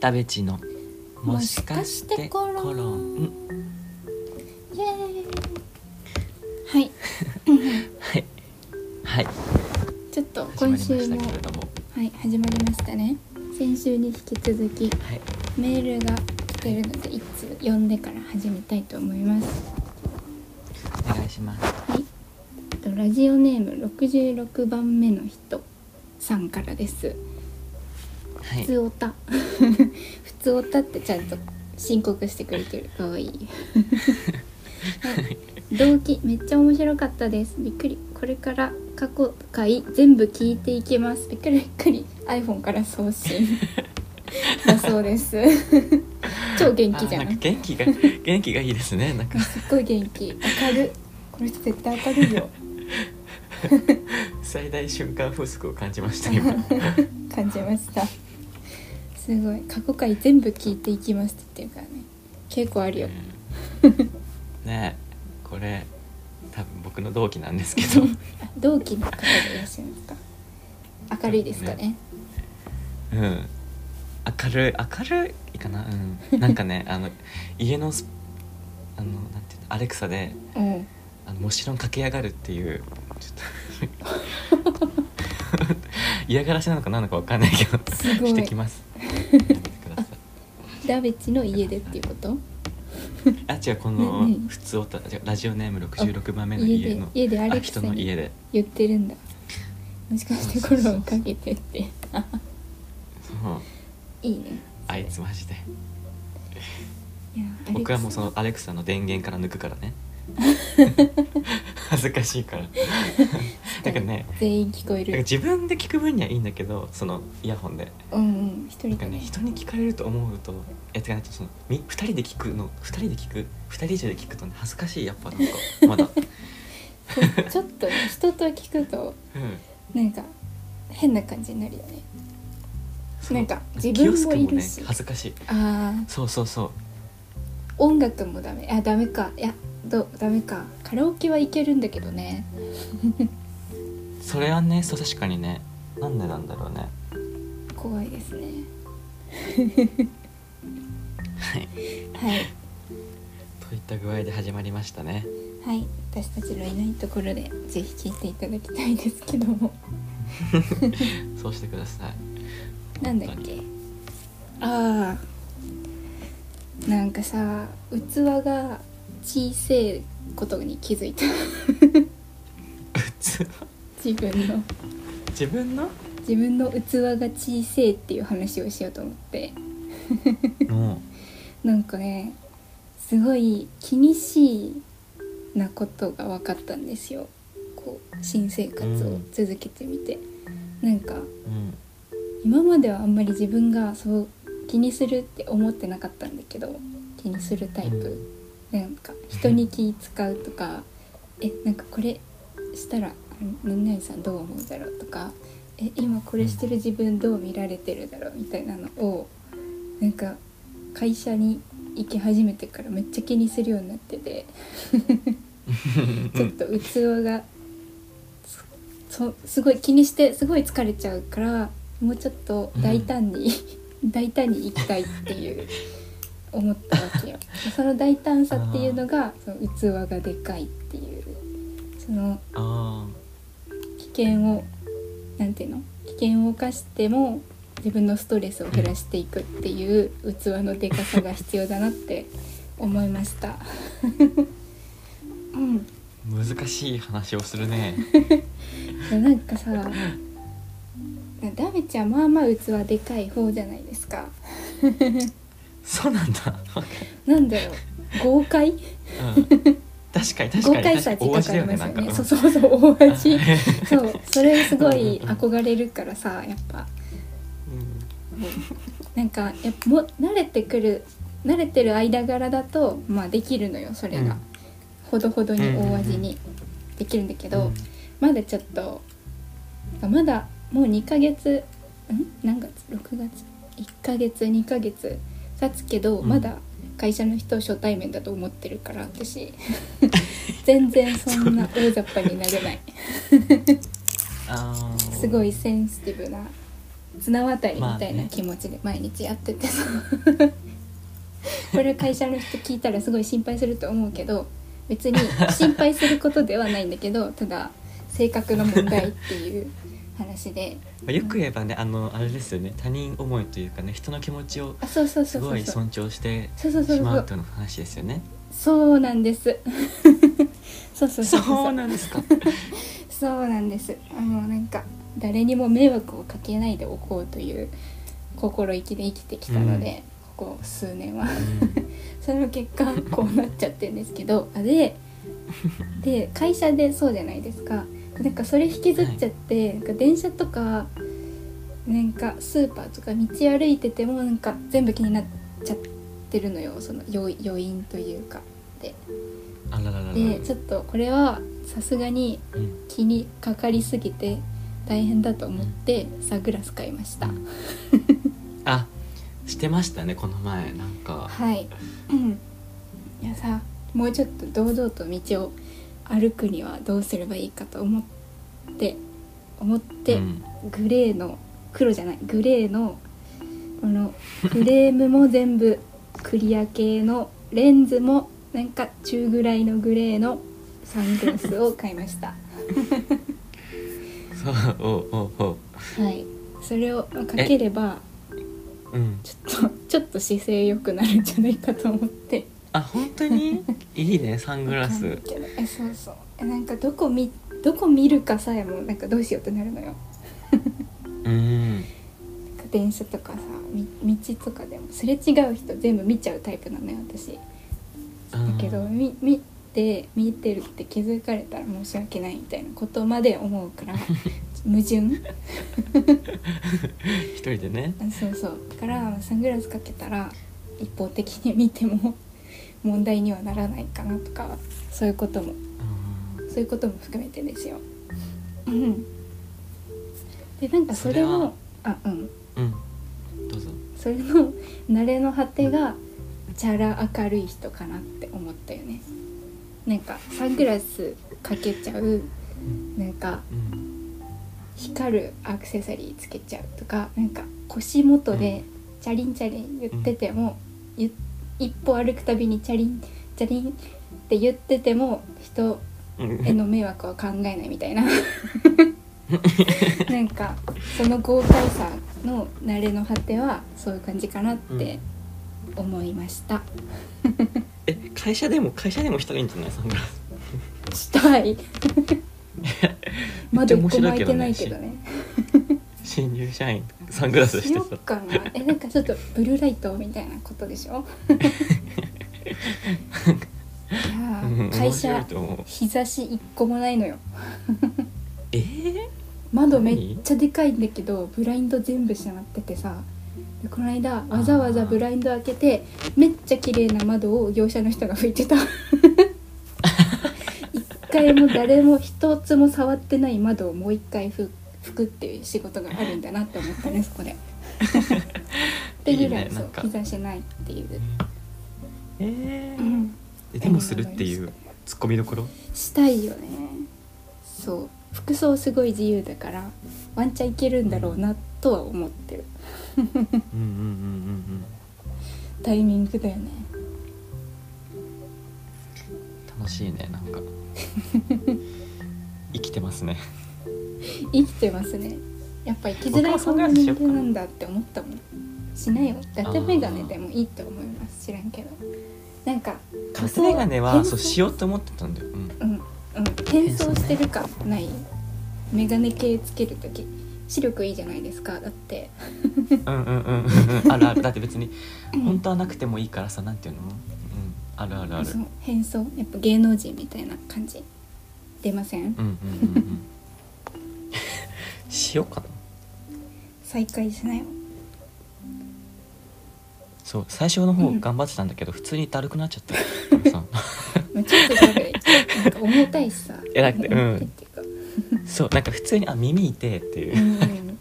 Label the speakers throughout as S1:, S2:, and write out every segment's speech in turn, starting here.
S1: 田部地の
S2: もしかしてコロン
S1: ン
S2: イエーイはい
S1: はいはい
S2: ちょっと
S1: 始ま
S2: 今
S1: り
S2: 週
S1: ました
S2: も
S1: けれども
S2: はい始まりましたね先週に引き続き
S1: はい
S2: メールが来てるのでいつ読んでから始めたいと思います
S1: お願いします
S2: はいえっとラジオネーム66番目の人さんからです
S1: は
S2: 普
S1: い
S2: 通おた 普通おたってちゃんと申告してくれてるかわい い、はい、動機めっちゃ面白かったですびっくりこれから過去回全部聞いていけますびっくりびっくり iPhone から送信 だそうです超元気じゃ
S1: あ
S2: ん
S1: ーなんか元 気が元気がいいですねなんか
S2: すっごい元気明るいこの人絶対明るいよ
S1: 最大瞬間風速を感じまし た今
S2: 感じましたすごい過去回全部聞いていきますって言ってるからね結構あるよ
S1: うんねえこれ多分僕の同期なんですけ ど
S2: あ同期の方でいらっしゃいますか明るいですかね
S1: うん明るい明るいかなうんなんかねあの家のスあのなんていうのアレクサで
S2: うん
S1: あのもちろん駆け上がるっていうちょっと嫌がらせなのか何なのかわかんないけど
S2: すごい
S1: してきますやめてください
S2: ダベチの家でっていうこと
S1: あ違うこの
S2: ねね
S1: 普通おた違うラジオネーム66番目の
S2: 家
S1: 家
S2: で
S1: の
S2: 家でア
S1: あ
S2: レクサ
S1: 人の
S2: に
S1: 家で
S2: 言ってるんだもしかしてコロンかけてってあ
S1: そう
S2: いいね
S1: あいつマジで
S2: いやアレクサ
S1: 僕はもうそのアレクサの電源から抜 くからね恥ずかしいからなんかね
S2: 全員聞こえ
S1: なんか
S2: る
S1: 自分で聞く分にはいいんだけどそのイヤホンで
S2: うんうん一人
S1: なんか
S2: で
S1: ね
S2: ね
S1: 人に聞かれると思うとえてかなんかそのみ2人で聞くの2人で聞く2人以上で聞くとね恥ずかしいやっぱなんか まだ
S2: そうちょっとね人と聞くと
S1: うん
S2: なんか変な感じになるよね
S1: そう
S2: なんか自
S1: 清
S2: 分
S1: 須
S2: も
S1: 君
S2: いるし
S1: ね、恥ずかしい
S2: あー
S1: そうそうそう
S2: 音楽もダメあダメかいやどダメかカラオケはいけるんだけどね
S1: それはねそう確かにねなんでなんだろうね
S2: 怖いですね
S1: はい
S2: はい
S1: といった具合で始まりましたね
S2: はい私たちのいないところでぜひ聞いていただきたいですけど も
S1: そうしてください
S2: なんだっけああなんかさ器が小さいことに気づいた 自
S1: 器
S2: 分の
S1: 自 分の
S2: 自分の器が小さいっていう話をしようと思って
S1: の
S2: なんかねすごい気にしいなことが分かったんですよこう新生活を続けてみて、なんか
S1: うん
S2: 今まではあんまり自分がそう気にするって思ってなかったんだけど気にするタイプ、なんか人に気使うとか えなんかこれしたら何々さんどう思うだろうとかえ今これしてる自分どう見られてるだろうみたいなのをなんか会社に行き始めてからめっちゃ気にするようになっててちょっと器がそすごい気にしてすごい疲れちゃうからもうちょっと大胆に、 大胆に行きたいっていう思ったわけよ。その大胆さっていうのがその器がでかいっていうその
S1: あ
S2: 危険をなんていうの危険を冒しても自分のストレスを減らしていくっていう器のでかさが必要だなって思いました。うん
S1: ー難しい話をするね
S2: いやなんかさなダメちゃんまあまあ器でかい方じゃないですか
S1: そうなんだ、
S2: なんだろう豪快
S1: うん、確かに確かに
S2: 豪快さ
S1: 確
S2: 時
S1: かに
S2: 間か
S1: 大味
S2: か
S1: だ
S2: り
S1: よね
S2: ますよ
S1: なん
S2: ね
S1: かうん
S2: そうそうそう大 味 そうそれすごい
S1: うんうんうん
S2: 憧れるからさやっぱ
S1: うん
S2: なんかやっぱもう慣れてくる慣れてる間柄だとまあできるのよそれが、
S1: うん
S2: ほどほどに大味にできるんだけど、
S1: うん
S2: まだちょっとまだもう2ヶ月ん何月6月1ヶ月2ヶ月経つけど、
S1: うん
S2: まだ会社の人を初対面だと思ってるから私 全然そん な大雑把になれない
S1: あー
S2: すごいセンシティブな綱渡りみたい
S1: まあ
S2: な
S1: ね
S2: 気持ちで毎日やってて さ、これ会社の人聞いたらすごい心配すると思うけど別に心配することではないんだけどただ性格の問題っていう話で
S1: まあよく言えばねあのあれですよね他人思いというかね人の気持ちを
S2: あそうそうそ
S1: す
S2: うそ
S1: ご
S2: う
S1: い
S2: そう
S1: 尊重して
S2: そうそうそう
S1: しま
S2: そう
S1: うというのが話ですよね。
S2: そうなんです そうそうそう
S1: そ
S2: そうう
S1: なんですか。
S2: そうなんですあのなんか誰にも迷惑をかけないでおこうという心意気で生きてきたので、ここ数年は その結果こうなっちゃってるんですけどあでで会社でそうじゃないですかなんかそれ引きずっちゃって、なんか電車とかなんかスーパーとか道歩いててもなんか全部気になっちゃってるのよその余余韻というかで
S1: あらららら。
S2: でちょっとこれはさすがに
S1: うん
S2: 気にかかりすぎて大変だと思ってサングラス買いました、
S1: うんあ、してましたねこの前なんか。
S2: はい、うん、いやさもうちょっと堂々と道を歩くにはどうすればいいかと思って思って、
S1: うん
S2: グレーの黒じゃないグレーのこのフレームも全部クリア系のレンズもなんか中ぐらいのグレーのサングラスを買いま した。
S1: そうおおお。
S2: はい、それをかければ
S1: うん。
S2: ちょっとちょっと姿勢良くなるんじゃないかと思って
S1: あ本 当にいいねサングラ
S2: わ
S1: ス
S2: かん。ないけどえそうそうえなんかどこ見どこ見るかさえもなんかどうしようってなるのよ
S1: うん。
S2: なんか電車とかさみ道とかでもすれ違う人全部見ちゃうタイプなのよ私だ
S1: だ
S2: けどみ見て見てるって気づかれたら申し訳ないみたいなことまで思うから 矛盾
S1: 一人でね。
S2: あそうそうだからサングラスかけたら一方的に見ても問題にはならないかなとかそういうことも
S1: うん
S2: そういうことも含めてですよ。うん、でなんかそれ
S1: それ
S2: を
S1: は
S2: あうん
S1: うん。どうぞ。
S2: それの慣れの果てがチャラ明るい人かなって思ったよね。なんかサングラスかけちゃうなんか
S1: うん。
S2: 光るアクセサリーつけちゃうとかなんか腰元でチャリンチャリン言ってても、ゆ一歩歩くたびにチャリンチャリンって言ってても人
S1: うん
S2: への迷惑は考えないみたい ななんかその豪快さの慣れの果てはそういう感じかなって思いました、
S1: え会社でも会社でもしたらいいんじゃないサングラス。
S2: したいまだ一個も開
S1: めっちゃ面白いけ
S2: いて
S1: どね
S2: ないけどね
S1: 新入社員サングラスし
S2: してよ
S1: さ
S2: っ。かなえなんかちょっとブルーライトみたいなことでし ょいやー
S1: うん面
S2: 会
S1: 白い
S2: 社
S1: と思う
S2: 日差し一個もないのよ
S1: えー、
S2: 窓めっちゃでかいんだけどブラインド全部閉まっててさでこの間わざわざブラインド開けてめっちゃ綺麗な窓を業者の人が拭いてた 一回も誰も一つも触ってない窓をもう一回拭拭くっていう仕事があるんだなって思ったねそこで。ってぐら
S1: いい
S2: い
S1: ね
S2: そ
S1: なん
S2: う
S1: か
S2: 日差しないっていう、
S1: え
S2: う
S1: ー
S2: ん、
S1: えでもするっていうツッコミどころ
S2: したいよねそう服装すごい自由だからワンチャンいけるんだろうなとは思ってる。
S1: うんうんうんうん
S2: タイミングだよね
S1: うん楽しいね なんか生きてますね
S2: 生きてますねやっぱ生きづらい
S1: 僕もサ
S2: こ
S1: ン
S2: んな
S1: グラスし
S2: 人
S1: ようか
S2: 間
S1: な
S2: なんだって思ったもんしないよ伊達メガネでもいいと思います知らんけどなんか
S1: カスメガネは
S2: 変装
S1: そうしようと思ってたんだよ、 うん、
S2: うんうん変装してるかないメガネ系つける時視力いいじゃないですかだって
S1: うんうんうんうんうんあるあるだって別に本当はなくてもいいからさなんていうの、うん、あるあるある
S2: その変装やっぱ芸能人みたいな感じ出ません、
S1: うんうんうんうん しようかな
S2: 再開しないよ
S1: そう最初の方
S2: うん
S1: 頑張ってたんだけど、普通にだるくなっちゃったからさ
S2: まあちょっと多分なんか重たいしさ
S1: やだってうん
S2: 重たいっていうか
S1: そうなんか普通にあ耳痛えっていううん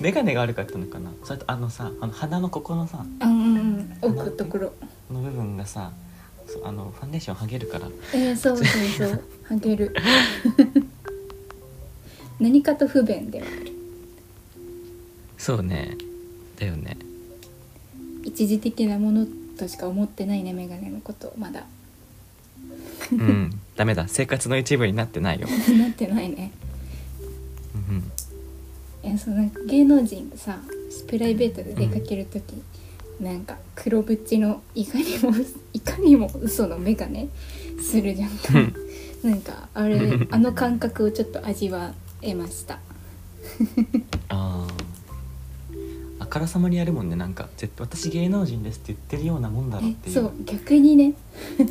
S1: 眼鏡が悪かったのかなそれとあのさあの鼻のここのさ
S2: うんうんうん置くところ
S1: の部分がさそうあのファンデーション剥げるから
S2: えー、そうそうそうハゲる 何かと不便ではある
S1: そうねだよ ね
S2: 一時的なものとしか思ってないねメガネのことまだ
S1: うんダメだ生活の一部になってないよ、
S2: なってないね
S1: うん
S2: えそうなんか芸能人さプライベートで出かける時、なんか黒縁のいかにもいかにも嘘のメガネするじゃんか
S1: うん、
S2: なんかあれあの感覚をちょっと味わえました
S1: あーあからさまにやるもんねなんか絶対私芸能人ですって言ってるようなもんだろって
S2: え
S1: いう
S2: そう逆にね
S1: う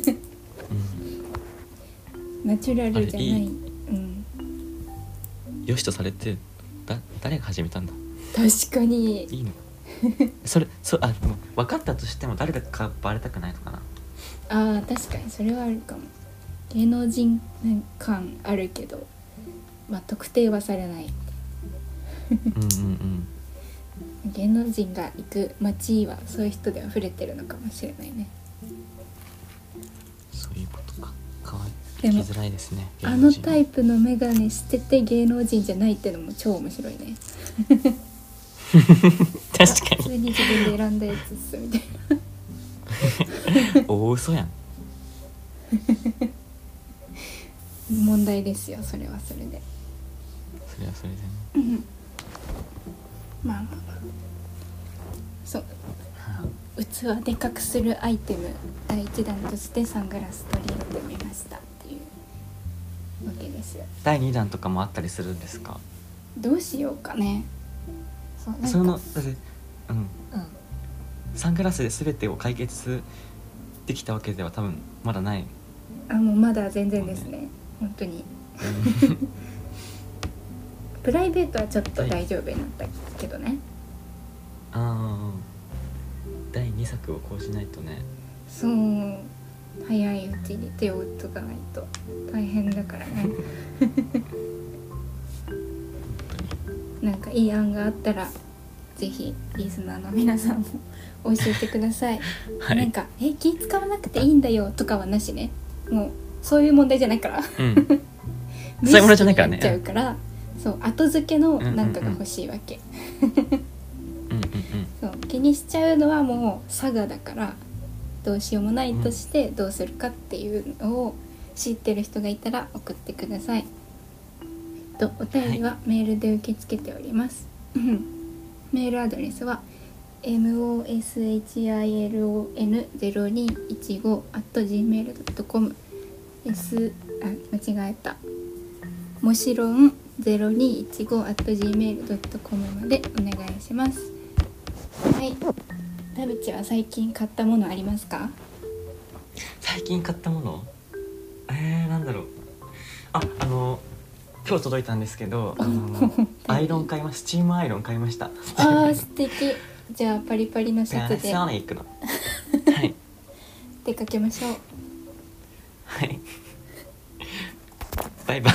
S1: ん
S2: ナチュラルじゃない
S1: あれい
S2: う
S1: い
S2: ん、
S1: よしとされてだ誰が始めたんだ
S2: 確かに
S1: いいの それそあでも分かったとしても誰だかバレたくないのかな
S2: あー確かにそれはあるかも芸能人感あるけど、まあ、特定はされない
S1: うんうん
S2: 芸能人が行く街はそういう人で溢れてるのかもしれないね
S1: そういうことかかわい
S2: で
S1: 聞き
S2: も
S1: づらいですね
S2: あのタイ
S1: プ
S2: プのメガネしてて芸能人じゃないってのも超面白いね
S1: 確か
S2: 普
S1: に
S2: 通に自分で選んだやつっすみたいな
S1: 大嘘やん
S2: 問題ですよそれはそれで
S1: それはそれでね
S2: まあまあまあそう
S1: はあ
S2: 器で隠するアイテム第一弾としてサングラス取り入れてみましたっていうわけですよ
S1: 第2弾とかもあったりするんですか
S2: どうしようかねそうなんか
S1: そのだってうん
S2: うん
S1: サングラスで全てを解決できたわけでは多分まだない
S2: あもうまだ全然ですね本当 にプライベートはちょっと大丈夫になったけどね、
S1: ああ第2作をこうしないとね
S2: そう早いうちに手を打っとかないと大変だから ねなんかいい案があったらぜひリスナーの皆さんも教えてください、
S1: は
S2: なんか「え気使わなくていいんだよ」とかはなしねもうそういう問題じゃない から
S1: うんそういう問題じゃないから
S2: 無意識にや
S1: ね
S2: っちゃうからそう後付けのなんかが欲しいわけ、
S1: うんうんうん
S2: そう気にしちゃうのはもう佐賀だからどうしようもないとしてどうするかっていうのを知ってる人がいたら送ってください。えっとお便りははメールで受け付けております。 メールアドレスは moshilon0215@gmail.com s あ間違えたもちろん 0215@gmail.com までお願いします。はい。田淵は最近買ったものありますか？
S1: 最近買ったものえー、なんだろうああの今日届いたんですけどあのアイロン買いましたスチームアイロン買いました
S2: あ あ素敵。じゃあパリパリのシャツ
S1: パ
S2: で
S1: ナソニックのはい
S2: 出かけましょう。
S1: はいバイバイ